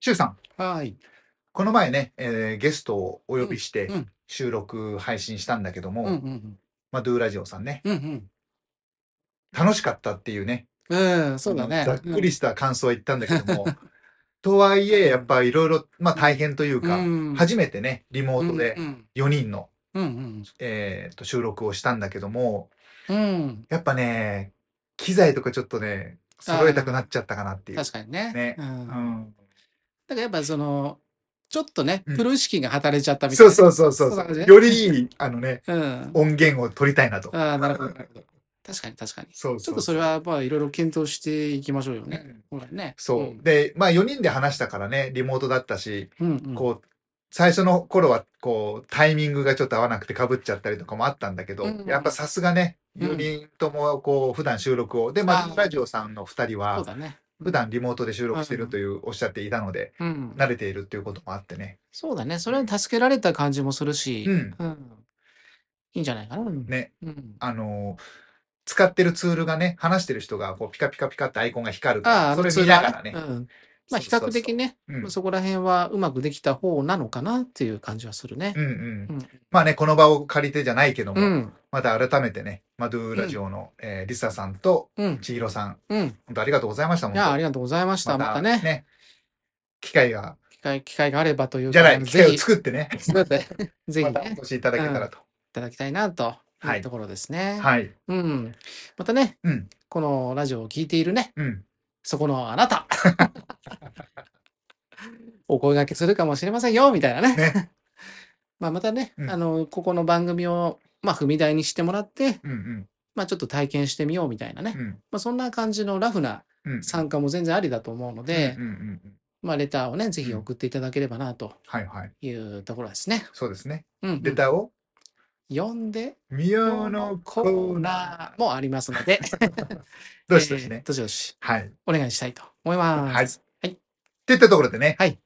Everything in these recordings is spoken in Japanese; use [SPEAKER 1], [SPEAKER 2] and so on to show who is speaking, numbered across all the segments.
[SPEAKER 1] シュウさん、
[SPEAKER 2] はい。
[SPEAKER 1] この前ね、えーゲストをお呼びして
[SPEAKER 2] うん
[SPEAKER 1] 収録配信したんだけども、
[SPEAKER 2] うんうん
[SPEAKER 1] まあ、ドゥーラジオさんね、
[SPEAKER 2] うん。うんうん。
[SPEAKER 1] 楽しかったっていうね、
[SPEAKER 2] ええ、そうだね。
[SPEAKER 1] ざっくりした感想は言ったんだけども、 とはいえ、やっぱいろいろ、まあ大変という
[SPEAKER 2] う
[SPEAKER 1] か、
[SPEAKER 2] ん。
[SPEAKER 1] 初めてね、リモート
[SPEAKER 2] う
[SPEAKER 1] で
[SPEAKER 2] ん
[SPEAKER 1] 4人の、
[SPEAKER 2] うん
[SPEAKER 1] えーと収録をしたんだけども、
[SPEAKER 2] うん。うん。
[SPEAKER 1] やっぱね、機材とかちょっとね、揃えたくなっちゃったかなっていう。
[SPEAKER 2] 確かにね。
[SPEAKER 1] ね
[SPEAKER 2] うん。
[SPEAKER 1] う
[SPEAKER 2] だか
[SPEAKER 1] ん
[SPEAKER 2] らやっぱその、ちょっとね、
[SPEAKER 1] うん
[SPEAKER 2] プロ意識が働いちゃったみたい
[SPEAKER 1] そう
[SPEAKER 2] な。
[SPEAKER 1] そうそうそう
[SPEAKER 2] そうだね
[SPEAKER 1] よりいい、あのね、
[SPEAKER 2] うん。
[SPEAKER 1] 音源を取りたいなと。
[SPEAKER 2] ああ、なるほど、なるほど。確かに確かに。
[SPEAKER 1] そう
[SPEAKER 2] ち
[SPEAKER 1] そ
[SPEAKER 2] ょ
[SPEAKER 1] う
[SPEAKER 2] っとそれは、まあ、いろいろ検討していきましょうよね。
[SPEAKER 1] うん
[SPEAKER 2] ほらね。
[SPEAKER 1] そう。
[SPEAKER 2] ん。
[SPEAKER 1] で、まあ4人で話したからね、リモートだったし、
[SPEAKER 2] うんうん。
[SPEAKER 1] こう、最初の頃は、こう、タイミングがちょっと合わなくて被っちゃったりとかもあったんだけど、
[SPEAKER 2] うんうん
[SPEAKER 1] やっぱさすがね、
[SPEAKER 2] うん
[SPEAKER 1] 4人とも、こう、普段収録を、で、ま
[SPEAKER 2] あ
[SPEAKER 1] あ、
[SPEAKER 2] ー
[SPEAKER 1] ラジオさんの2人
[SPEAKER 2] そう
[SPEAKER 1] は、
[SPEAKER 2] だね。
[SPEAKER 1] 普段リモートで収録してるというおっしゃっていたので、
[SPEAKER 2] うん。
[SPEAKER 1] 慣れているっていうこともあってね。
[SPEAKER 2] そうだね。それに助けられた感じもするし、
[SPEAKER 1] うん
[SPEAKER 2] うん。いいんじゃないかな。うん
[SPEAKER 1] ね、
[SPEAKER 2] うん。
[SPEAKER 1] あのー使ってるツールがね、話してる人が、こう、ピカピカピカってアイコンが光るか
[SPEAKER 2] ああ、
[SPEAKER 1] ら、
[SPEAKER 2] あ
[SPEAKER 1] そ
[SPEAKER 2] の
[SPEAKER 1] れ
[SPEAKER 2] ツー
[SPEAKER 1] 見
[SPEAKER 2] ル
[SPEAKER 1] な
[SPEAKER 2] は
[SPEAKER 1] がらね
[SPEAKER 2] う。ん。まあ、比
[SPEAKER 1] そうそうそう
[SPEAKER 2] 較的ね、
[SPEAKER 1] うんうん
[SPEAKER 2] そこら辺はうまくできた方なのかなっていう感じはするね
[SPEAKER 1] う。ん
[SPEAKER 2] うん。
[SPEAKER 1] まあね、この場を借りてじゃないけど
[SPEAKER 2] う
[SPEAKER 1] も、
[SPEAKER 2] ん。
[SPEAKER 1] また改めてね、マドゥーラジオの、えーリサさんと
[SPEAKER 2] うん。
[SPEAKER 1] 千尋さん、
[SPEAKER 2] うん。
[SPEAKER 1] 本当ありがとうございました。
[SPEAKER 2] いや、あ
[SPEAKER 1] り
[SPEAKER 2] りがとうございました。またね、
[SPEAKER 1] 機会が、
[SPEAKER 2] 機会、機会があればという
[SPEAKER 1] じゃない、機
[SPEAKER 2] ぜ
[SPEAKER 1] 会を
[SPEAKER 2] ひ、
[SPEAKER 1] 作ってね、
[SPEAKER 2] そうだね ぜひ
[SPEAKER 1] またお
[SPEAKER 2] ね、い
[SPEAKER 1] 越しいただけたらと。
[SPEAKER 2] ただきたいなと
[SPEAKER 1] はい
[SPEAKER 2] いうところですね。
[SPEAKER 1] はい。
[SPEAKER 2] うん。またね
[SPEAKER 1] うん、
[SPEAKER 2] このラジオを聞いているね、
[SPEAKER 1] うん。
[SPEAKER 2] そこのあ なた。お声掛けするかもしれませんよ、みたいなね。
[SPEAKER 1] ね
[SPEAKER 2] まあまたね、
[SPEAKER 1] うん
[SPEAKER 2] あの、ここの番組を、まあ、踏み台にしてもらって、
[SPEAKER 1] うんうん。
[SPEAKER 2] まあ、ちょっと体験してみようみたいなね、
[SPEAKER 1] うん。
[SPEAKER 2] まあ、そんな感じのラフな
[SPEAKER 1] うん。
[SPEAKER 2] 参加も全然ありだと思うので、
[SPEAKER 1] うんうんうんうん。
[SPEAKER 2] まあ、レターをね、ぜひ送っていただければなと
[SPEAKER 1] はいはい。
[SPEAKER 2] いうところですね。
[SPEAKER 1] そうですね。
[SPEAKER 2] うん、
[SPEAKER 1] レターを、
[SPEAKER 2] 読んで
[SPEAKER 1] みようのコーナー。
[SPEAKER 2] もありますので、
[SPEAKER 1] どしどし
[SPEAKER 2] え
[SPEAKER 1] ね
[SPEAKER 2] ー。どしどし
[SPEAKER 1] はい。っ
[SPEAKER 2] お願いしたいと思います。はい、
[SPEAKER 1] ていったところでね、
[SPEAKER 2] はい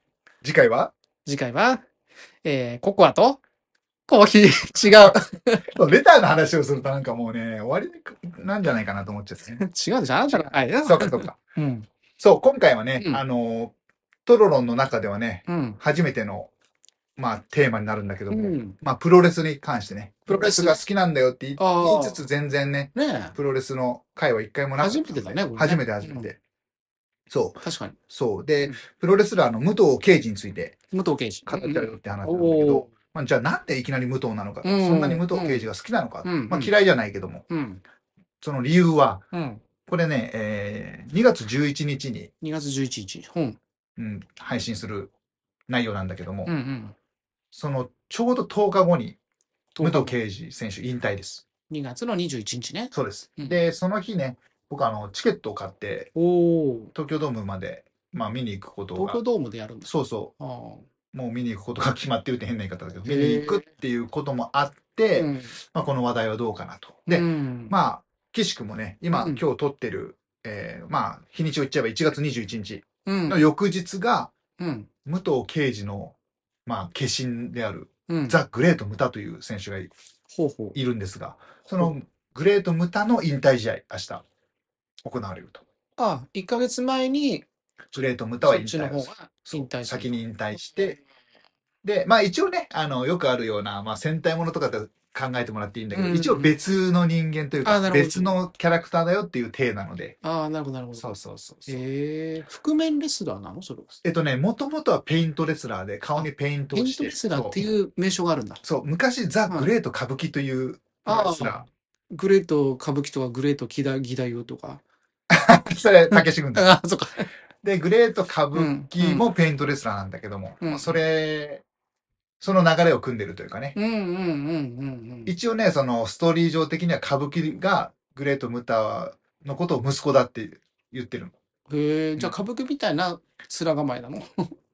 [SPEAKER 1] 次回は、
[SPEAKER 2] 次回は、えーココアとコーヒ ー、違う。
[SPEAKER 1] レターの話をするとなんかもうね、終わりなんじゃないかなと思っちゃってね。
[SPEAKER 2] 違うでしょあなたの回だ
[SPEAKER 1] そうかそうか。
[SPEAKER 2] うん。
[SPEAKER 1] そう、今回はね、
[SPEAKER 2] うん
[SPEAKER 1] あの、トロロンの中ではね、
[SPEAKER 2] うん。
[SPEAKER 1] 初めての、まあ、テーマになるんだけど
[SPEAKER 2] う
[SPEAKER 1] も、
[SPEAKER 2] ん。
[SPEAKER 1] まあ、プロレスに関してね、プ
[SPEAKER 2] プ
[SPEAKER 1] ロ
[SPEAKER 2] ロ
[SPEAKER 1] レ
[SPEAKER 2] レ
[SPEAKER 1] ス
[SPEAKER 2] ス
[SPEAKER 1] が好きなんだよって言い
[SPEAKER 2] あー
[SPEAKER 1] 言いつつ、全然ね、
[SPEAKER 2] ねえ
[SPEAKER 1] プロレスの回は一回もなかったので。
[SPEAKER 2] 初めてだねこれね
[SPEAKER 1] 初めて初めて。そう、
[SPEAKER 2] 確かに。
[SPEAKER 1] そう。で、
[SPEAKER 2] うん
[SPEAKER 1] プロレスラーの武藤敬司について
[SPEAKER 2] 武藤刑事。
[SPEAKER 1] 語っちゃうよって話なんだけ
[SPEAKER 2] お
[SPEAKER 1] ど、
[SPEAKER 2] お
[SPEAKER 1] まあ、じゃあなんでいきなり武藤なのか、
[SPEAKER 2] うん
[SPEAKER 1] そんなに武藤敬司が好きなのか、
[SPEAKER 2] うん
[SPEAKER 1] まあ、
[SPEAKER 2] うん
[SPEAKER 1] 嫌いじゃないけども、
[SPEAKER 2] ー。うん。
[SPEAKER 1] その理由は、
[SPEAKER 2] うん。
[SPEAKER 1] これね、えー2月11日に、
[SPEAKER 2] 2月11日。本。
[SPEAKER 1] うん、配信する内容なんだけども、
[SPEAKER 2] うんうん。
[SPEAKER 1] そのちょうど10日後に
[SPEAKER 2] 10
[SPEAKER 1] 武
[SPEAKER 2] 日後
[SPEAKER 1] 藤敬司選手引退です。
[SPEAKER 2] 2月の21日ね。
[SPEAKER 1] そうです。
[SPEAKER 2] うん
[SPEAKER 1] で、その日ね、僕あのチケットを買って
[SPEAKER 2] おお。
[SPEAKER 1] 東京ドームまで、まあ、見に行くこと
[SPEAKER 2] 東
[SPEAKER 1] が
[SPEAKER 2] 京ドームでやるんです
[SPEAKER 1] そうそ
[SPEAKER 2] ああ。
[SPEAKER 1] うもう見に行くことが決まってるって変な言い方だけど
[SPEAKER 2] へ
[SPEAKER 1] 見
[SPEAKER 2] ー
[SPEAKER 1] に行くっていうこともあって、
[SPEAKER 2] うん
[SPEAKER 1] まあ、この話題はどうかなと。で、
[SPEAKER 2] うん
[SPEAKER 1] まあ岸君もね今、
[SPEAKER 2] うん
[SPEAKER 1] 今日撮ってる、えーまあ日にちを言っちゃえば1月21日
[SPEAKER 2] うん
[SPEAKER 1] の翌日が
[SPEAKER 2] うん
[SPEAKER 1] 武藤敬司の、まあ、化身である
[SPEAKER 2] うん
[SPEAKER 1] ザ・グレート・ムタという選手がい
[SPEAKER 2] ほうほう
[SPEAKER 1] いるんですが、そのグレート・ムタの引退試合、明日行われると。
[SPEAKER 2] あ一ヶ月前に
[SPEAKER 1] グレート・ムタは
[SPEAKER 2] そっ
[SPEAKER 1] 引
[SPEAKER 2] ちの
[SPEAKER 1] 退を
[SPEAKER 2] 方
[SPEAKER 1] する
[SPEAKER 2] が
[SPEAKER 1] そう
[SPEAKER 2] 引退する
[SPEAKER 1] 先に引退して、で、まあ一応ね、あの、よくあるような、まあ戦隊ものとかって考えてもらっていいんだけど、
[SPEAKER 2] うんうん
[SPEAKER 1] 一応別の人間という
[SPEAKER 2] あ
[SPEAKER 1] か、
[SPEAKER 2] なるほど
[SPEAKER 1] 別のキャラクターだよっていう体なので、
[SPEAKER 2] ああなるほどなるほど
[SPEAKER 1] そうそうそうそう。
[SPEAKER 2] ええ覆面レスラーなのそれは
[SPEAKER 1] えっとね、もともとはペイントレスラーで顔にペイント
[SPEAKER 2] ペイ
[SPEAKER 1] を
[SPEAKER 2] ン
[SPEAKER 1] し
[SPEAKER 2] ト
[SPEAKER 1] て、
[SPEAKER 2] レスラーって
[SPEAKER 1] そう
[SPEAKER 2] いう名称があるんだ
[SPEAKER 1] そう、昔ザ・グレート歌舞伎というプロレスラ
[SPEAKER 2] グレート歌舞伎とかグレート木田義太夫とか
[SPEAKER 1] ー。 それ、たけし軍団。
[SPEAKER 2] ああそっか
[SPEAKER 1] で、グレート歌舞伎もペイントレスラーなんだけども、
[SPEAKER 2] うん
[SPEAKER 1] まあそれ、その流れを組んでるというかね。
[SPEAKER 2] うんうんうんうんうん
[SPEAKER 1] 一応ね、そのストーリー上的には歌舞伎がグレート・ムタのことを息子だって言ってるの。
[SPEAKER 2] へえ、じゃあ歌舞伎みたいな面構えなの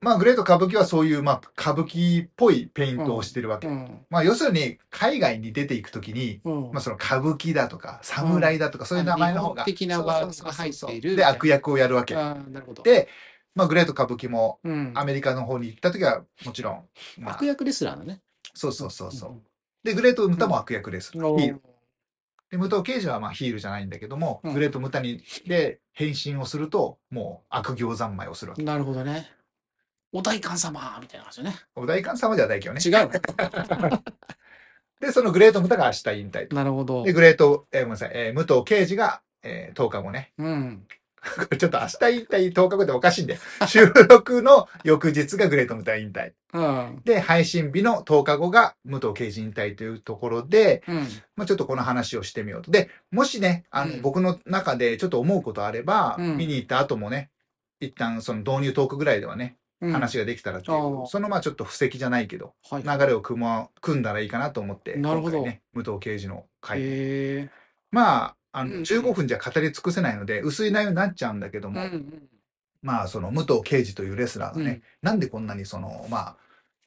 [SPEAKER 1] まあ、グレート歌舞伎はそういう、まあ、歌舞伎っぽいペイントをしてるわけ。
[SPEAKER 2] うん。
[SPEAKER 1] まあ、要するに、海外に出ていくときに、
[SPEAKER 2] うん
[SPEAKER 1] まあ、。その歌舞伎だとか、侍だとか、そういう名前の方が。
[SPEAKER 2] あの日本的なワードが入っている
[SPEAKER 1] そうそうそうそうで、悪役をやるわけ。
[SPEAKER 2] ああ、なるほど。
[SPEAKER 1] で、まあ、グレート歌舞伎も、
[SPEAKER 2] うん。
[SPEAKER 1] アメリカの方に行ったときは、もちろん、まあ
[SPEAKER 2] 悪、役レスラーだね。
[SPEAKER 1] そうそうそうそう。で、グレートムタも悪役です。ヒ
[SPEAKER 2] うん。
[SPEAKER 1] ール。で、武藤刑事はまあヒールじゃないんだけども、
[SPEAKER 2] うん
[SPEAKER 1] グレートムタにで変身をすると、もう悪行三昧をするわけ。
[SPEAKER 2] なるほどね。お代官様みたいな感じだね。
[SPEAKER 1] お代官様ではないけどね。
[SPEAKER 2] 違う
[SPEAKER 1] で、そのグレートムタが明日引退 と。
[SPEAKER 2] の。なるほど
[SPEAKER 1] で、。グレート、えーごめんなさい、えー武藤刑事が、えー10日後ね。
[SPEAKER 2] うん。
[SPEAKER 1] これちょっと明日引退10日後でおかしいんで、収録の翌日がグレートムタ引退。
[SPEAKER 2] うん。
[SPEAKER 1] で、配信日の10日後が武藤刑事引退というところで、
[SPEAKER 2] うん。
[SPEAKER 1] まあ、ちょっとこの話をしてみようと。で、もしね、あの、
[SPEAKER 2] うん
[SPEAKER 1] 僕の中でちょっと思うことあれば、
[SPEAKER 2] うん
[SPEAKER 1] 見に行った後もね、一旦その導入トークぐらいではね、
[SPEAKER 2] うん。
[SPEAKER 1] 話ができたらっていう、
[SPEAKER 2] ああ
[SPEAKER 1] そのまあちょっと布石じゃないけど、
[SPEAKER 2] はい。
[SPEAKER 1] 流れを組,、ま、組んだらいいかなと思って、
[SPEAKER 2] なるほど
[SPEAKER 1] 今回ね、武藤刑事の回。
[SPEAKER 2] へえ。
[SPEAKER 1] まあ、あの、
[SPEAKER 2] うん
[SPEAKER 1] 15分じゃ語り尽くせないので、薄い内容になっちゃうんだけど
[SPEAKER 2] うん
[SPEAKER 1] も、
[SPEAKER 2] うん。
[SPEAKER 1] まあ、その武藤刑事というレスラーがね、
[SPEAKER 2] うん
[SPEAKER 1] なんでこんなにその、まあ、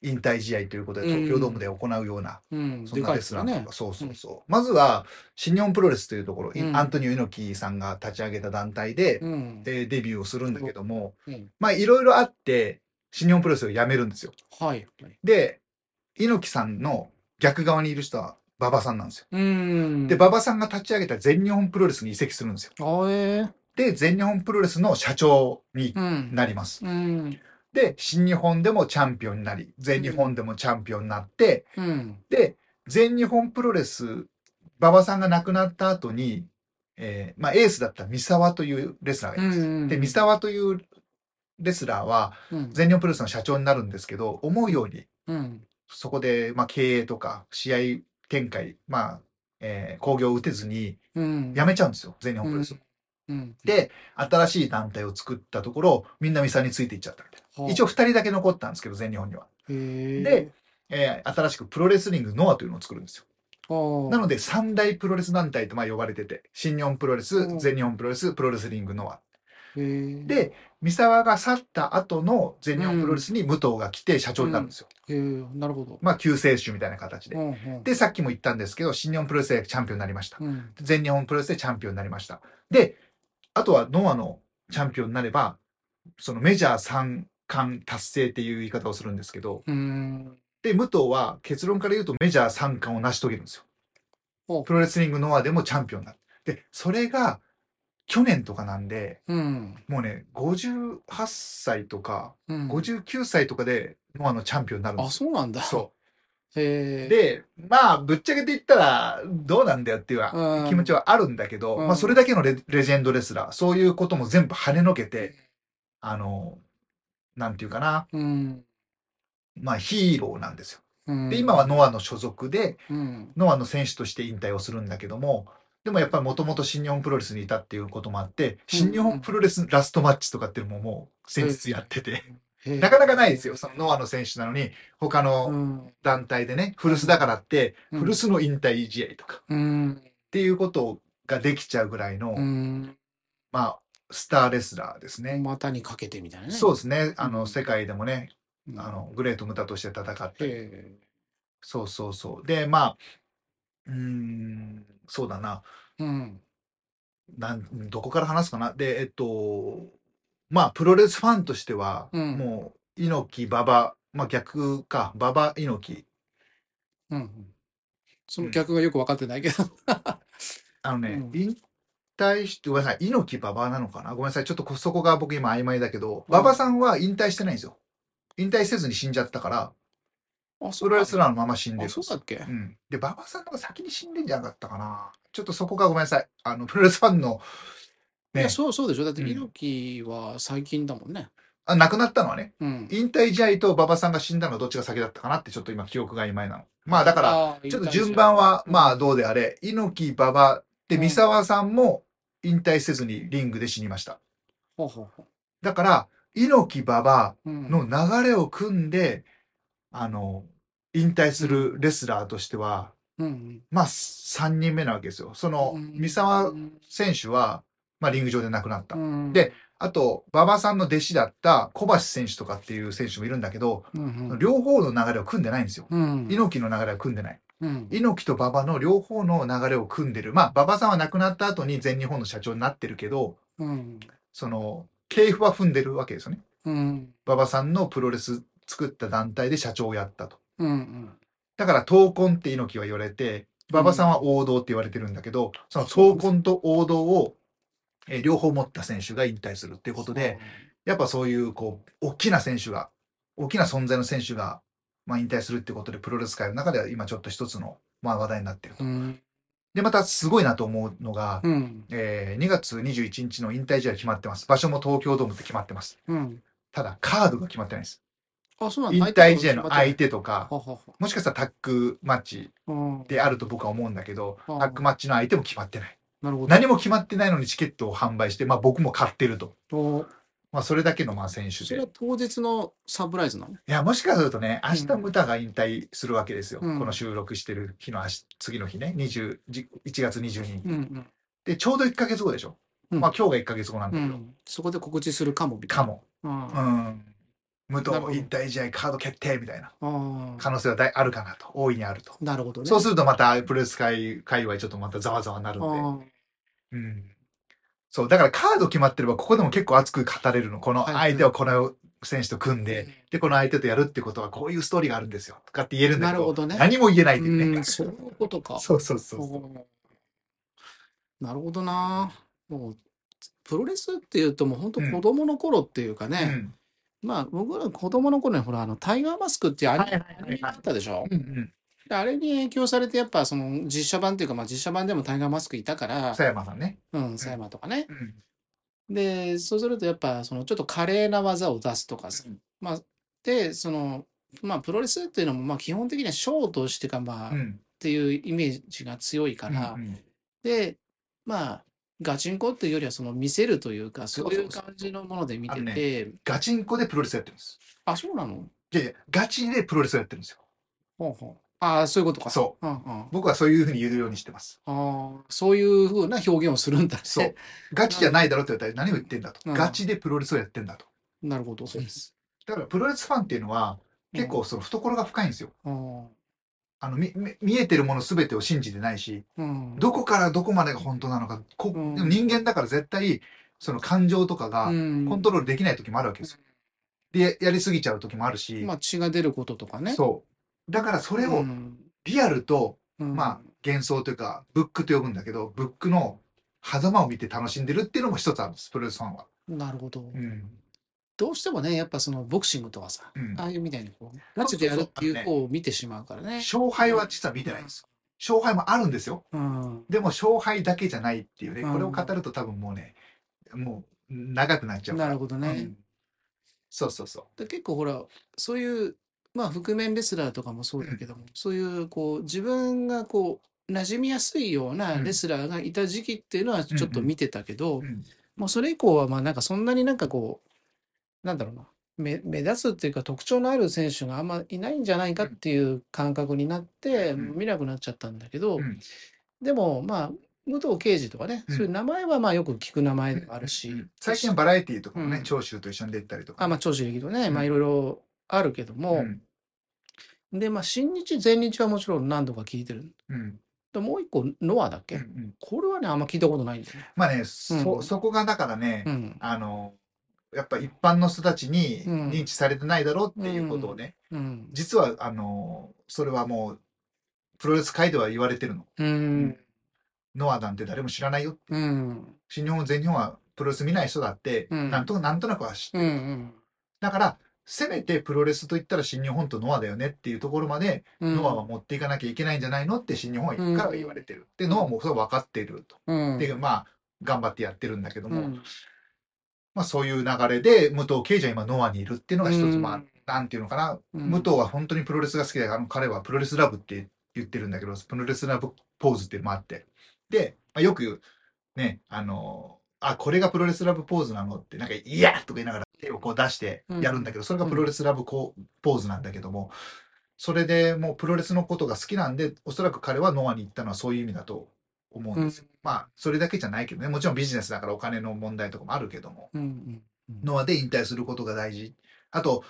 [SPEAKER 1] 引退試合ということで東京ドームで行うような、
[SPEAKER 2] うん。
[SPEAKER 1] そ
[SPEAKER 2] で
[SPEAKER 1] んな
[SPEAKER 2] かい
[SPEAKER 1] レ
[SPEAKER 2] で
[SPEAKER 1] ス
[SPEAKER 2] す
[SPEAKER 1] ラ
[SPEAKER 2] よ
[SPEAKER 1] ーな
[SPEAKER 2] ね
[SPEAKER 1] んか。そうそうそう。まずは、新日本プロレスというところ、い
[SPEAKER 2] うん
[SPEAKER 1] アントニオ猪木さんが立ち上げた団体で、
[SPEAKER 2] うん。
[SPEAKER 1] でデビューをするんだけども、
[SPEAKER 2] うん
[SPEAKER 1] まあ、いろいろあって、新日本プロレスを辞めるんですよ。
[SPEAKER 2] はい。
[SPEAKER 1] で、猪木さんの逆側にいる人は、馬場さんなんですよ。
[SPEAKER 2] うん。
[SPEAKER 1] で、
[SPEAKER 2] あ
[SPEAKER 1] 馬場さんが立ち上げた全日本プロレスに移籍するんですよ。
[SPEAKER 2] あえー。
[SPEAKER 1] で、全日本プロレスの社長に
[SPEAKER 2] うん。
[SPEAKER 1] なります。
[SPEAKER 2] うん。
[SPEAKER 1] で、新日本でもチャンピオンになり、全日本でもチャンピオンになって、
[SPEAKER 2] うん。
[SPEAKER 1] で、全日本プロレス、馬場さんが亡くなった後に、えーまあ、エースだった三沢というレスラーがいます。
[SPEAKER 2] うん
[SPEAKER 1] で、三沢というレスラーは、
[SPEAKER 2] うん。
[SPEAKER 1] 全日本プロレスの社長になるんですけど、思うように、
[SPEAKER 2] うん。
[SPEAKER 1] そこで、まあ、経営とか、試合展開、まあ、えー興行を打てずに、
[SPEAKER 2] うん。
[SPEAKER 1] 辞めちゃうんですよ、全日本プロレスを。
[SPEAKER 2] うん。
[SPEAKER 1] で、新しい団体を作ったところ、みんな三沢についていっちゃったみたい
[SPEAKER 2] はあ、
[SPEAKER 1] な。一応二人だけ残ったんですけど、全日本には。
[SPEAKER 2] へー
[SPEAKER 1] で、えー新しくプロレスリングノアというのを作るんですよ。
[SPEAKER 2] な
[SPEAKER 1] なので三大プロレス団体とまあ呼ばれてて新日本プロレ
[SPEAKER 2] う
[SPEAKER 1] ス
[SPEAKER 2] ん
[SPEAKER 1] 全日本プロレスプロレスリングノア
[SPEAKER 2] で、
[SPEAKER 1] で三沢が去った後の全日本プロレスに武藤が来て社長になるんですよ、
[SPEAKER 2] へーなるほど。
[SPEAKER 1] まあ救世主みたいな形で、
[SPEAKER 2] うんうん
[SPEAKER 1] でさっきも言ったんですけど新日本プロレスでチャンピオンになりました、
[SPEAKER 2] うん
[SPEAKER 1] 全日本プロレスでチャンピオンになりましたであとはノアのチャンピオンになればそのメジャー三冠達成っていう言い方をするんですけど
[SPEAKER 2] うん。
[SPEAKER 1] で武藤は結論から言うとメジャー三冠を成し遂げるんですよ
[SPEAKER 2] ほう
[SPEAKER 1] プロレスリングノアでもチャンピオンだで、それが去年とかなんで、
[SPEAKER 2] うん。
[SPEAKER 1] もうね、58歳とか、
[SPEAKER 2] うん
[SPEAKER 1] 59歳とかでノアのチャンピオンになるんで
[SPEAKER 2] あ、
[SPEAKER 1] す
[SPEAKER 2] そうなんだ。
[SPEAKER 1] よ。そう。
[SPEAKER 2] へー
[SPEAKER 1] で、まあ、ぶっちゃけて言ったら、どうなんだよっていう
[SPEAKER 2] うん
[SPEAKER 1] 気持ちはあるんだけど、
[SPEAKER 2] うん
[SPEAKER 1] まあ、それだけのレレジェンドレスラー、そういうことも全部跳ねのけて、あの、なんていうかな、
[SPEAKER 2] うん。
[SPEAKER 1] まあ、ヒーローなんですよ。
[SPEAKER 2] うん
[SPEAKER 1] で、今は、ノアの所属で、
[SPEAKER 2] うん。
[SPEAKER 1] ノアの選手として引退をするんだけども、でもやっぱりもともと新日本プロレスにいたっていうこともあって、新日本プロレスラストマッチとかっていうのももう先日やってて、
[SPEAKER 2] へー
[SPEAKER 1] なかなかないですよ。そのノアの選手なのに、他
[SPEAKER 2] う
[SPEAKER 1] の
[SPEAKER 2] ん。
[SPEAKER 1] 団体でね、古巣だからって、
[SPEAKER 2] うん
[SPEAKER 1] 古巣の引退試合とかっ
[SPEAKER 2] うん。
[SPEAKER 1] ていうことができちゃうぐらいの、
[SPEAKER 2] うん。
[SPEAKER 1] まあ、スターレスラーですね。
[SPEAKER 2] 股にかけてみたいなね。
[SPEAKER 1] そうですね。あ
[SPEAKER 2] う
[SPEAKER 1] の、
[SPEAKER 2] ん
[SPEAKER 1] 世界でもね、
[SPEAKER 2] うん。
[SPEAKER 1] あの、グレートムタとして戦って
[SPEAKER 2] へ
[SPEAKER 1] そうそうそう。で、まあ、うーん、そうだな。
[SPEAKER 2] ーうん。
[SPEAKER 1] なんどこから話すかなでえっとまあプロレスファンとしては、
[SPEAKER 2] うん
[SPEAKER 1] もう猪木馬場まあ逆か馬場猪木
[SPEAKER 2] うん。その逆がよく分かってないけど。
[SPEAKER 1] あのね、
[SPEAKER 2] うん
[SPEAKER 1] 引退してごめんなさい猪木馬場なのかなごめんなさいちょっとこそこが僕今曖昧だけど
[SPEAKER 2] うん
[SPEAKER 1] 馬場さんは引退してないんですよ引退せずに死んじゃったから
[SPEAKER 2] あ、
[SPEAKER 1] プロレスラーのまま死んで
[SPEAKER 2] あ、
[SPEAKER 1] る
[SPEAKER 2] そうだっけ
[SPEAKER 1] うん、で馬場さんの方が先に死んでんじゃなかったかなちょっとそこがごめんなさいあのプロレスファンの
[SPEAKER 2] い
[SPEAKER 1] ね
[SPEAKER 2] や、そうそうでしょ。だって、
[SPEAKER 1] うん
[SPEAKER 2] 猪木は最近だもんね。
[SPEAKER 1] あ亡くなったのはね
[SPEAKER 2] うん。
[SPEAKER 1] 引退試合と馬場さんが死んだのはどっちが先だったかなってちょっと今記憶が曖昧なの。まあだから、
[SPEAKER 2] ら
[SPEAKER 1] ちょっと順番は
[SPEAKER 2] うん
[SPEAKER 1] まあどうであれ、猪木、馬場で
[SPEAKER 2] うん
[SPEAKER 1] 三沢さんも引退せずにリングで死にました。
[SPEAKER 2] ほうほうほ
[SPEAKER 1] だから、猪木、馬場
[SPEAKER 2] ううん
[SPEAKER 1] の流れを組んで、あの、引退するレスラーとしては、
[SPEAKER 2] うん
[SPEAKER 1] まあ3人目なわけですよ。その
[SPEAKER 2] うん
[SPEAKER 1] 三沢選手はまあ、リング上で亡くなった。
[SPEAKER 2] うん
[SPEAKER 1] で、あと、馬場さんの弟子だった小橋選手とかっていう選手もいるんだけど、
[SPEAKER 2] うんうん
[SPEAKER 1] 両方の流れを組んでないんですよ。
[SPEAKER 2] うん
[SPEAKER 1] 猪木の流れは組んでない。
[SPEAKER 2] うん
[SPEAKER 1] 猪木と馬場の両方の流れを組んでる。まあ、馬場さんは亡くなった後に全日本の社長になってるけど、
[SPEAKER 2] うん
[SPEAKER 1] その、系譜は踏んでるわけですよね。
[SPEAKER 2] うん
[SPEAKER 1] 馬場さんのプロレス作った団体で社長をやったと。
[SPEAKER 2] うん
[SPEAKER 1] だから、闘魂って猪木は言われて、馬場さんは王道って言われてるんだけど、その闘魂と王道を、えー両方持った選手が引退するっていうことで、やっぱそういう、こう、大きな選手が、大きな存在の選手が、まあ、引退するってことで、プロレス界の中では今ちょっと一つの、まあ、話題になってると
[SPEAKER 2] う。ん
[SPEAKER 1] で、またすごいなと思うのが、
[SPEAKER 2] うん
[SPEAKER 1] えー2月21日の引退試合決まってます。場所も東京ドームって決まってます。
[SPEAKER 2] うん
[SPEAKER 1] ただ、カードが決まってないです。
[SPEAKER 2] あそうなん
[SPEAKER 1] 引
[SPEAKER 2] だ
[SPEAKER 1] 退試合の相
[SPEAKER 2] 手
[SPEAKER 1] 手とか、
[SPEAKER 2] ほほほ
[SPEAKER 1] もしかしたらタックマッチ
[SPEAKER 2] うん
[SPEAKER 1] であると僕は思うんだけど、タ
[SPEAKER 2] あー
[SPEAKER 1] ックマッチの相手も決まってない。
[SPEAKER 2] なるほど
[SPEAKER 1] 何も決まってないのにチケットを販売して、まあ僕も買ってると。
[SPEAKER 2] お
[SPEAKER 1] まあそれだけのまあ選手
[SPEAKER 2] それ
[SPEAKER 1] で。
[SPEAKER 2] はい当日のサプライズなの
[SPEAKER 1] や、もしかするとね、明日
[SPEAKER 2] うん
[SPEAKER 1] ムタが引退するわけですよ。
[SPEAKER 2] うん
[SPEAKER 1] この収録してる日の明日次の日ね、20 1月22日。
[SPEAKER 2] うん
[SPEAKER 1] で、ちょうど1ヶ月後でしょ。
[SPEAKER 2] うん
[SPEAKER 1] まあ今日が1ヶ月後なん
[SPEAKER 2] う
[SPEAKER 1] だ
[SPEAKER 2] んう
[SPEAKER 1] けど、
[SPEAKER 2] んそこで告知するかもみたい
[SPEAKER 1] かも。
[SPEAKER 2] な
[SPEAKER 1] う
[SPEAKER 2] うん
[SPEAKER 1] ん。武藤
[SPEAKER 2] なるほど
[SPEAKER 1] 引退試合カード決定みたいな
[SPEAKER 2] あ
[SPEAKER 1] 可能性は大あるかなと、大いにあると。
[SPEAKER 2] ーなるほどね
[SPEAKER 1] そうするとまたプロレス界界隈ちょっとまたざわざわになる
[SPEAKER 2] あ
[SPEAKER 1] の
[SPEAKER 2] ー
[SPEAKER 1] で。うん。そう、だからカード決まってればここでも結構熱く語れるの。この
[SPEAKER 2] はい
[SPEAKER 1] 相手をこの選手と組んで、
[SPEAKER 2] うん
[SPEAKER 1] で、この相手とやるってことはこういうストーリーがあるんですよ。とかって言えるんだけど、
[SPEAKER 2] なるほどね
[SPEAKER 1] 何も言えないんで
[SPEAKER 2] う
[SPEAKER 1] ね
[SPEAKER 2] ん。そういうことか
[SPEAKER 1] そうそうそうそう。
[SPEAKER 2] おーなるほどな。もうプロレスっていうともう本当
[SPEAKER 1] うん
[SPEAKER 2] 子供の頃っていうか
[SPEAKER 1] う
[SPEAKER 2] ね、
[SPEAKER 1] ん。
[SPEAKER 2] まあ僕ら子供の頃にほらあのタイガーマスクっていうアニメ
[SPEAKER 1] いはい
[SPEAKER 2] あったでしょ
[SPEAKER 1] う、ん
[SPEAKER 2] であれに影響されてやっぱその実写版っていうかまあ実写版でもタイガーマスクいたか
[SPEAKER 1] うん。
[SPEAKER 2] ら
[SPEAKER 1] 佐、山さんね。
[SPEAKER 2] うん、佐山とかね。
[SPEAKER 1] うん。
[SPEAKER 2] でそうするとやっぱそのちょっと華麗な技を出すとかさ、まあでそのまあプロレスっていうのもまあ基本的にはショーとしてかまあ、
[SPEAKER 1] う
[SPEAKER 2] っ
[SPEAKER 1] ん。
[SPEAKER 2] ていうイメージが強いから。
[SPEAKER 1] うん
[SPEAKER 2] で、まあ、ガチンコっていうよりは、その見せるというか、
[SPEAKER 1] そ
[SPEAKER 2] そうう
[SPEAKER 1] そう
[SPEAKER 2] い
[SPEAKER 1] そう
[SPEAKER 2] う感じのもので見
[SPEAKER 1] あ
[SPEAKER 2] て
[SPEAKER 1] の
[SPEAKER 2] て、
[SPEAKER 1] ガチンコでプロレスやってるんです。
[SPEAKER 2] あ、そうなの
[SPEAKER 1] いやいや、ガチでプロレスをやってるんですよ。
[SPEAKER 2] ほうほう。ああ、そういうことか。。
[SPEAKER 1] そう
[SPEAKER 2] うんうん。あ
[SPEAKER 1] 僕はそういうふうに言うようにしてます。
[SPEAKER 2] あ、そういうふうな表現をするんだね。
[SPEAKER 1] そう。ガチじゃないだろって言ったら何を言ってんだと。
[SPEAKER 2] うん
[SPEAKER 1] ガチでプロレスをやってんだと。
[SPEAKER 2] なるほど。
[SPEAKER 1] そうです。だからプロレスファンっていうのは結構その懐が深いんですよ。
[SPEAKER 2] うん。
[SPEAKER 1] あの、みみ見えてるもの全てを信じてないし、
[SPEAKER 2] うん。
[SPEAKER 1] どこからどこまでが本当なのか、こ
[SPEAKER 2] うん
[SPEAKER 1] でも人間だから絶対その感情とかが
[SPEAKER 2] うん
[SPEAKER 1] コントロールできない時もあるわけですよ。で、やりすぎちゃう時もあるし
[SPEAKER 2] ま、あ、血が出ることとかね。
[SPEAKER 1] そう。だからそれ
[SPEAKER 2] う
[SPEAKER 1] を
[SPEAKER 2] ん
[SPEAKER 1] リアルと
[SPEAKER 2] うん
[SPEAKER 1] まあ、幻想というか、ブックと呼ぶんだけど、ブックの狭間を見て楽しんでるっていうのも一つあるんです、プロレスファンは。
[SPEAKER 2] なるほど。
[SPEAKER 1] うん。
[SPEAKER 2] どうしてもね、やっぱそのボクシングとかさ、
[SPEAKER 1] うん
[SPEAKER 2] ああいうみたいにこう、ガチでやるっていう方を見てしまうからね。
[SPEAKER 1] 勝敗は実は見てないんですよ。勝敗もあるんですよ。
[SPEAKER 2] うん。
[SPEAKER 1] でも勝敗だけじゃないっていうね、
[SPEAKER 2] うん
[SPEAKER 1] これを語ると多分もうね、もう長くなっちゃうか
[SPEAKER 2] な
[SPEAKER 1] ら。
[SPEAKER 2] るほどね。
[SPEAKER 1] うんそうそうそ
[SPEAKER 2] で結構ほらそういうまあ覆面レスラーとかもそうだけども、そういうこう自分がこう馴染みやすいような
[SPEAKER 1] うん
[SPEAKER 2] レスラーがいた時期っていうのはちょっと見てたけど、
[SPEAKER 1] う。うん
[SPEAKER 2] もうそれ以降はまあなんかそんなになんかこうなんだろうな目目立つっていうか特徴のある選手があんまいないんじゃないかっていう感覚になって
[SPEAKER 1] うん
[SPEAKER 2] 見なくなっちゃったんだけど、
[SPEAKER 1] うん
[SPEAKER 2] でもまあ武藤敬司とかね、
[SPEAKER 1] うん
[SPEAKER 2] そういう名前はまあよく聞く名前でもあるし、
[SPEAKER 1] うん最近はバラエティーとかもね、
[SPEAKER 2] うん
[SPEAKER 1] 長州と一緒に出てたりとか。
[SPEAKER 2] あまあ長州力とね、
[SPEAKER 1] う
[SPEAKER 2] まあ
[SPEAKER 1] ん
[SPEAKER 2] いろいろあるけども、
[SPEAKER 1] うん。
[SPEAKER 2] で、まあ、新日、全日はもちろん何度か聞いてる。
[SPEAKER 1] うん。
[SPEAKER 2] でもう一個、ノアだっ
[SPEAKER 1] うんう
[SPEAKER 2] け
[SPEAKER 1] ん
[SPEAKER 2] これはね、あんま聞いたことないんだよね。
[SPEAKER 1] まあね、そ、
[SPEAKER 2] うん
[SPEAKER 1] そこがだからね
[SPEAKER 2] う、ん。
[SPEAKER 1] あの、やっぱ一般の人たちに
[SPEAKER 2] うん
[SPEAKER 1] 認知されてないだろうっていうことをね、
[SPEAKER 2] うん。
[SPEAKER 1] 実は、あの、それはもう、プロレス界では言われてるの。
[SPEAKER 2] うん。
[SPEAKER 1] ノアなんて誰も知らないよ。
[SPEAKER 2] うん。
[SPEAKER 1] 新日本、全日本はプロレス見ない人だって、
[SPEAKER 2] うん
[SPEAKER 1] なんとか、なんとなくは知って
[SPEAKER 2] うん。うん。
[SPEAKER 1] だから、せめてプロレスと言ったら新日本とノアだよねっていうところまで、
[SPEAKER 2] うん
[SPEAKER 1] ノアは持っていかなきゃいけないんじゃないのって新日本からは言われてる。で、ノアもそれは分かっていると。
[SPEAKER 2] うん。
[SPEAKER 1] で、まあ、頑張ってやってるんだけど
[SPEAKER 2] う
[SPEAKER 1] も、
[SPEAKER 2] ん。
[SPEAKER 1] まあそういう流れで、武藤敬司は今ノアにいるっていうのが一つ、
[SPEAKER 2] うん
[SPEAKER 1] まあ、なんていうのかな、
[SPEAKER 2] うん
[SPEAKER 1] 武藤は本当にプロレスが好きで、あの彼はプロレスラブって言ってるんだけど、プロレスラブポーズっていうのもあって。で、まあ、よく言う、ね、あの、あ、これがプロレスラブポーズなのって、なんか、いやとか言いながら手をこう出してやるんだけど、それがプロレスラブこうポーズなんだけども、それでもうプロレスのことが好きなんで、おそらく彼はノアに行ったのはそういう意味だと思うんですよ。まあ、それだけじゃないけどね、もちろんビジネスだからお金の問題とかもあるけども、
[SPEAKER 2] うんうん
[SPEAKER 1] ノアで引退することが大事。あと、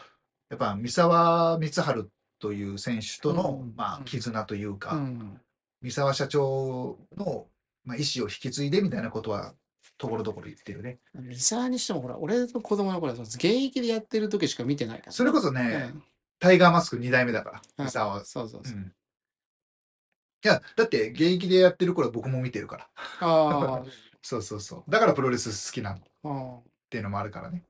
[SPEAKER 1] やっぱ三沢光晴という選手との、
[SPEAKER 2] うん
[SPEAKER 1] まあ、絆というか、
[SPEAKER 2] うん
[SPEAKER 1] 三沢社長の、まあ、意思を引き継いでみたいなことは、ところどころ言ってるね。
[SPEAKER 2] 三沢にしてもほら俺の子供の頃はその現役でやってる時しか見てないから
[SPEAKER 1] それこそ
[SPEAKER 2] そ
[SPEAKER 1] ね、タイガーマスク2代目だから、三沢は。
[SPEAKER 2] そうそう
[SPEAKER 1] う
[SPEAKER 2] そうん
[SPEAKER 1] いや、だって現役でやってる頃は僕も見てるから。
[SPEAKER 2] あ
[SPEAKER 1] そうそうそう。だからプロレス好きなのっ
[SPEAKER 2] あうん
[SPEAKER 1] ていうのもあるからね。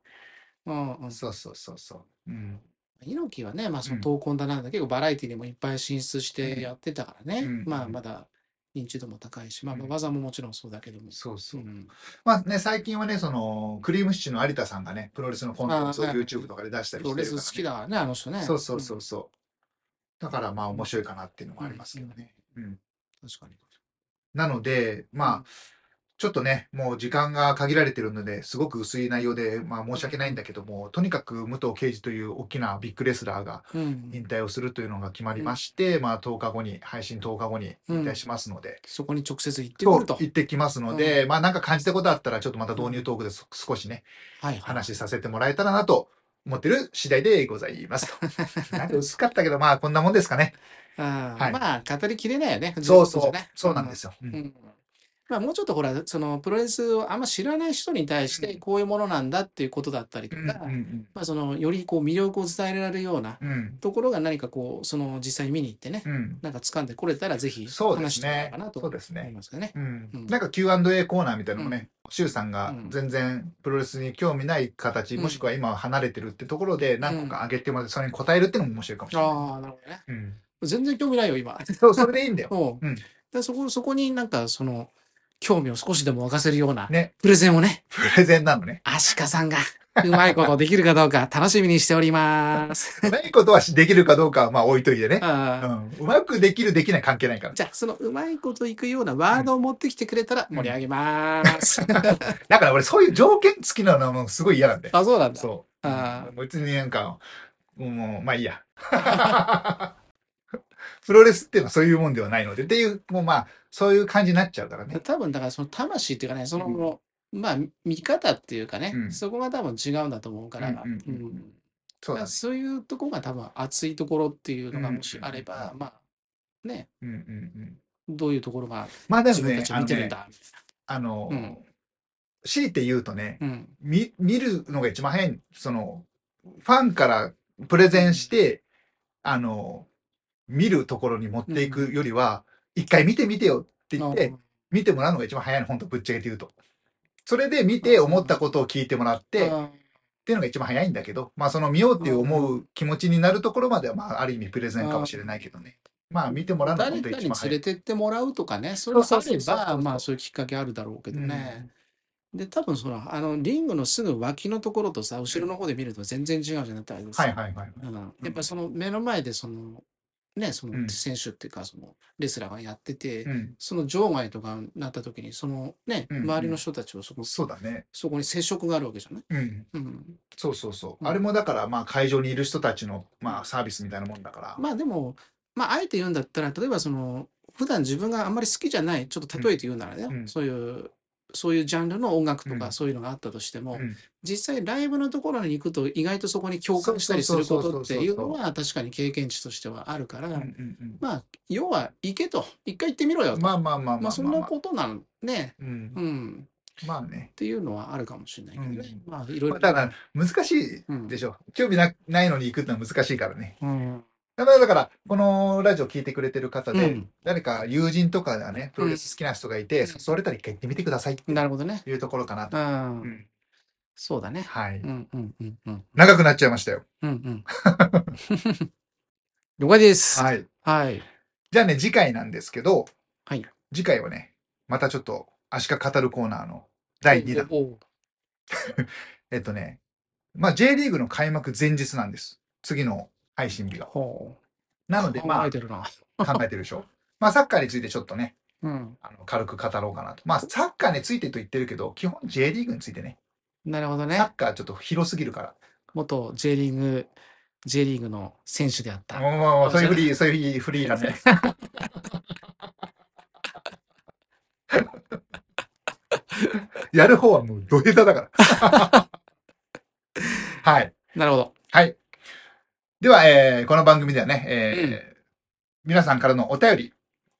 [SPEAKER 2] うんうん
[SPEAKER 1] そうそうそうそう。うん。
[SPEAKER 2] 猪木はね、まあ、そ
[SPEAKER 1] うん
[SPEAKER 2] の闘魂だなんだ、結構バラエティにもいっぱい進出し
[SPEAKER 1] うん
[SPEAKER 2] てやってたからね、
[SPEAKER 1] うん
[SPEAKER 2] まあ
[SPEAKER 1] うん
[SPEAKER 2] まだ認知度も高いし、まあ、
[SPEAKER 1] うん
[SPEAKER 2] 技ももちろんそうだけども、
[SPEAKER 1] そうそう。
[SPEAKER 2] ん
[SPEAKER 1] まあね、最近はね、その、クリームシチューの有田さんがね、プロレスのコンテンツを
[SPEAKER 2] あーはい
[SPEAKER 1] YouTube とかで出した
[SPEAKER 2] プ
[SPEAKER 1] り
[SPEAKER 2] ロ
[SPEAKER 1] して
[SPEAKER 2] レ
[SPEAKER 1] るから、
[SPEAKER 2] ス好
[SPEAKER 1] ね。
[SPEAKER 2] きだからね、あの人ね。
[SPEAKER 1] そうそうそ
[SPEAKER 2] ん
[SPEAKER 1] うそう。だからまあ面白いかなっていうのもありますけどね。うん。
[SPEAKER 2] 確かに。
[SPEAKER 1] なので、まあ、
[SPEAKER 2] うん
[SPEAKER 1] ちょっとね、もう時間が限られてるので、すごく薄い内容で、まあ申し訳ないんだけども、とにかく武藤敬司という大きなビッグレスラーが
[SPEAKER 2] うん、
[SPEAKER 1] 引退をするというのが決まりまして、まあ10日後に、配信10日後に引退しますので、
[SPEAKER 2] そこに直接行って
[SPEAKER 1] 今
[SPEAKER 2] く
[SPEAKER 1] 日
[SPEAKER 2] ると。
[SPEAKER 1] 行ってきますので、まあなんか感じたことあったら、ちょっとまた導入トークでそ少しね、
[SPEAKER 2] はいはい。
[SPEAKER 1] 話させてもらえたらなと思ってる次第でござい ますと。なんか薄かったけど、まあこんなもんですかね。
[SPEAKER 2] あー
[SPEAKER 1] はい
[SPEAKER 2] まあ、語りきれないよね。
[SPEAKER 1] そうそう
[SPEAKER 2] 自分のことね、
[SPEAKER 1] そうなんですよ。う
[SPEAKER 2] うんんまあ、もうちょっとほら、そのプロレスをあんま知らない人に対して、こういうものなんだっていうことだったりと
[SPEAKER 1] う
[SPEAKER 2] か、
[SPEAKER 1] んうん
[SPEAKER 2] まあ、そのよりこう魅力を伝えられるような
[SPEAKER 1] うんうん
[SPEAKER 2] ところが何かこう、その実際に見に行ってね、
[SPEAKER 1] うん
[SPEAKER 2] なんか掴んでこれたらぜひ
[SPEAKER 1] そうで
[SPEAKER 2] 話し
[SPEAKER 1] す
[SPEAKER 2] てもらえ
[SPEAKER 1] ね
[SPEAKER 2] ればな。と
[SPEAKER 1] そう
[SPEAKER 2] 思
[SPEAKER 1] です
[SPEAKER 2] い
[SPEAKER 1] ね。
[SPEAKER 2] ますよね。
[SPEAKER 1] うん
[SPEAKER 2] うん
[SPEAKER 1] なんか Q&A コーナーみたいなのもね、周さんが
[SPEAKER 2] うん
[SPEAKER 1] 全然プロレスに興味ない形、
[SPEAKER 2] うん
[SPEAKER 1] もしくは今は離れてるってところで何個か上げてもらって、それに答えるってのも面白いかもしれない。
[SPEAKER 2] ああ、なるほどね。
[SPEAKER 1] うん
[SPEAKER 2] 全然興味ないよ、今。
[SPEAKER 1] そう、それでいいん だよ。
[SPEAKER 2] もう
[SPEAKER 1] うん
[SPEAKER 2] でそこ、そこになんかその、興味を少しでも沸かせるような
[SPEAKER 1] ね、
[SPEAKER 2] プレゼンをね、
[SPEAKER 1] プレゼンなの ね。
[SPEAKER 2] アシカさんがうまいことできるかどうか楽しみにしております。
[SPEAKER 1] うまいことはしできるかどうかはまあ置いといてね。う
[SPEAKER 2] あ
[SPEAKER 1] ん、
[SPEAKER 2] ー
[SPEAKER 1] うまくできるできない関係ないから。
[SPEAKER 2] じゃあ、そのうまいこといくようなワードを持ってきてくれたら盛り上げ ます。
[SPEAKER 1] だから俺そういう条件付きなのはもうすごい嫌なんで。
[SPEAKER 2] あ、そうなんだ。
[SPEAKER 1] そう。
[SPEAKER 2] あー
[SPEAKER 1] うん別になんか、もう、まあいいや。 プロレスっていうのはそういうもんではないので、っていう、もうまあ、そういう感じになっちゃうからね。
[SPEAKER 2] 多分だからその魂っていうかねその、まあ見方っていうかね、
[SPEAKER 1] うん
[SPEAKER 2] そこが多分違うんだと思うから、
[SPEAKER 1] うんうんうん
[SPEAKER 2] うん
[SPEAKER 1] そうだ
[SPEAKER 2] まあ
[SPEAKER 1] ね。
[SPEAKER 2] そういうとこが多分熱いところっていうのがもしあ
[SPEAKER 1] うんう
[SPEAKER 2] れ
[SPEAKER 1] ん
[SPEAKER 2] ば、
[SPEAKER 1] う
[SPEAKER 2] まあね
[SPEAKER 1] うんうんうん。
[SPEAKER 2] どういうところが
[SPEAKER 1] まあでも
[SPEAKER 2] 自分た
[SPEAKER 1] ね、
[SPEAKER 2] ちを
[SPEAKER 1] あの
[SPEAKER 2] 見てるん
[SPEAKER 1] ね、
[SPEAKER 2] だ
[SPEAKER 1] あの、
[SPEAKER 2] うん
[SPEAKER 1] 強いて言うとね、
[SPEAKER 2] うん
[SPEAKER 1] 見、見るのが一番早い、その、ファンからプレゼンして、あの、見るところに持っていくよりは、一回見てみてよって言って、見てもらうのが一番早いの、本当ぶっちゃけて言うと。それで見て思ったことを聞いてもらって、っ
[SPEAKER 2] うん
[SPEAKER 1] ていうのが一番早いんだけど、まあその見ようっていう思う気持ちになるところまでは、まあある意味プレゼンかもしれないけどね。まあ見てもらうのが
[SPEAKER 2] 誰
[SPEAKER 1] 本当
[SPEAKER 2] か
[SPEAKER 1] 一
[SPEAKER 2] に
[SPEAKER 1] 番
[SPEAKER 2] 連
[SPEAKER 1] 早
[SPEAKER 2] れ
[SPEAKER 1] い。
[SPEAKER 2] てってもらうとかねそれが
[SPEAKER 1] そう
[SPEAKER 2] あ
[SPEAKER 1] そうそ
[SPEAKER 2] れ
[SPEAKER 1] うそう
[SPEAKER 2] ばまあそういうきっかけあるだろうけどね、で多分そのあのリングのすぐ脇のところとさ後ろの方で見ると全然違うじゃなくてあれですよ
[SPEAKER 1] はいはいはい。
[SPEAKER 2] うんやっぱその目の前でそのねそ
[SPEAKER 1] うん
[SPEAKER 2] の選手っていうかそのレスラーがやってて、
[SPEAKER 1] うん。
[SPEAKER 2] その場外とかになった時にそのね、
[SPEAKER 1] うんうん
[SPEAKER 2] 周りの人たちをそこ
[SPEAKER 1] そうだね。
[SPEAKER 2] そこに接触があるわけじゃない、
[SPEAKER 1] うん。
[SPEAKER 2] うん、
[SPEAKER 1] そうそうそう。
[SPEAKER 2] うん
[SPEAKER 1] あれもだから、まあ会場にいる人たちの、まあサービスみたいなもんだから。
[SPEAKER 2] まあでもまああえて言うんだったら例えばその普段自分があんまり好きじゃないちょっと例えて言うならね、
[SPEAKER 1] うん
[SPEAKER 2] そういうそういうジャンルの音楽と
[SPEAKER 1] うん
[SPEAKER 2] かそういうのがあったとしても、
[SPEAKER 1] うん
[SPEAKER 2] 実際ライブのところに行くと意外とそこに共感したりする
[SPEAKER 1] そう
[SPEAKER 2] こ
[SPEAKER 1] そうそ
[SPEAKER 2] と
[SPEAKER 1] う
[SPEAKER 2] っ
[SPEAKER 1] そうそう
[SPEAKER 2] ていうのは確かに経験値としてはあるから、
[SPEAKER 1] うんうん
[SPEAKER 2] まあ要は行けと一回行ってみろよ
[SPEAKER 1] う
[SPEAKER 2] と
[SPEAKER 1] ん。まあまあまあまあまあま
[SPEAKER 2] ま
[SPEAKER 1] あ。
[SPEAKER 2] あそんなことなんね、
[SPEAKER 1] うん
[SPEAKER 2] う。ん、
[SPEAKER 1] まあね
[SPEAKER 2] っ。ていうのはあるかもしれないけどね。まあいろい
[SPEAKER 1] まあ
[SPEAKER 2] ろ。
[SPEAKER 1] ただ、難しいでしょ。興味なないのに行くってのは難しいからね。
[SPEAKER 2] うん、
[SPEAKER 1] だから、だからこのラジオ聞いてくれてる方
[SPEAKER 2] う
[SPEAKER 1] で、
[SPEAKER 2] ん
[SPEAKER 1] 誰か友人とかがね、プロレス好きな人がいて、
[SPEAKER 2] うん
[SPEAKER 1] 誘われたら一回行ってみてくださいって
[SPEAKER 2] なるほどね。
[SPEAKER 1] いうところかなと。
[SPEAKER 2] うん、
[SPEAKER 1] うん
[SPEAKER 2] そうだね。
[SPEAKER 1] はい。
[SPEAKER 2] うんうんうんうん
[SPEAKER 1] 長くなっちゃいましたよ。
[SPEAKER 2] うんうん。 了解です。
[SPEAKER 1] はい。
[SPEAKER 2] はい。
[SPEAKER 1] じゃあね、次回なんですけど、
[SPEAKER 2] はい
[SPEAKER 1] 次回はね、またちょっと、アシカ語るコーナーの第2弾。
[SPEAKER 2] おお
[SPEAKER 1] えっとね、まあ、J リーグの開幕前日なんです。次の配信日が。
[SPEAKER 2] ほ
[SPEAKER 1] な
[SPEAKER 2] う。
[SPEAKER 1] ので、ま
[SPEAKER 2] 考
[SPEAKER 1] あ
[SPEAKER 2] え、てるな。
[SPEAKER 1] 考えてるでしょ。まあ、サッカーについてちょっとね、
[SPEAKER 2] うん。
[SPEAKER 1] あの軽く語ろうかなと。まあ、サッカーについてと言ってるけど、基本 J リーグについてね。
[SPEAKER 2] なるほど
[SPEAKER 1] サ
[SPEAKER 2] ね
[SPEAKER 1] ッ。カーちょっと広すぎるから。
[SPEAKER 2] 元 J リーグ、J リーグの選手であった。
[SPEAKER 1] もうもうもうそういうフリー、そういうフリーフリーなんで。 やる方はもうド下手だから。 はい。
[SPEAKER 2] なるほど。
[SPEAKER 1] はい。では、えーこの番組ではね、えー皆さんからのお便り、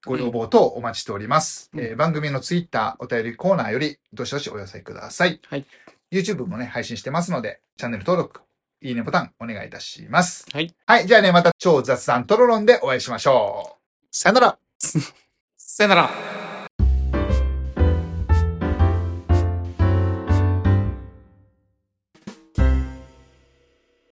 [SPEAKER 1] ご要望等お待ちしております。
[SPEAKER 2] うん
[SPEAKER 1] えー番組のツイッターお便りコーナーより、どしどしお寄せください。
[SPEAKER 2] はい。
[SPEAKER 1] YouTube もね、配信してますので、チャンネル登録、いいねボタンお願いいたします。
[SPEAKER 2] はい。
[SPEAKER 1] はい。じゃあね、また超雑談トロロンでお会いしましょう。さよなら。
[SPEAKER 2] さよなら。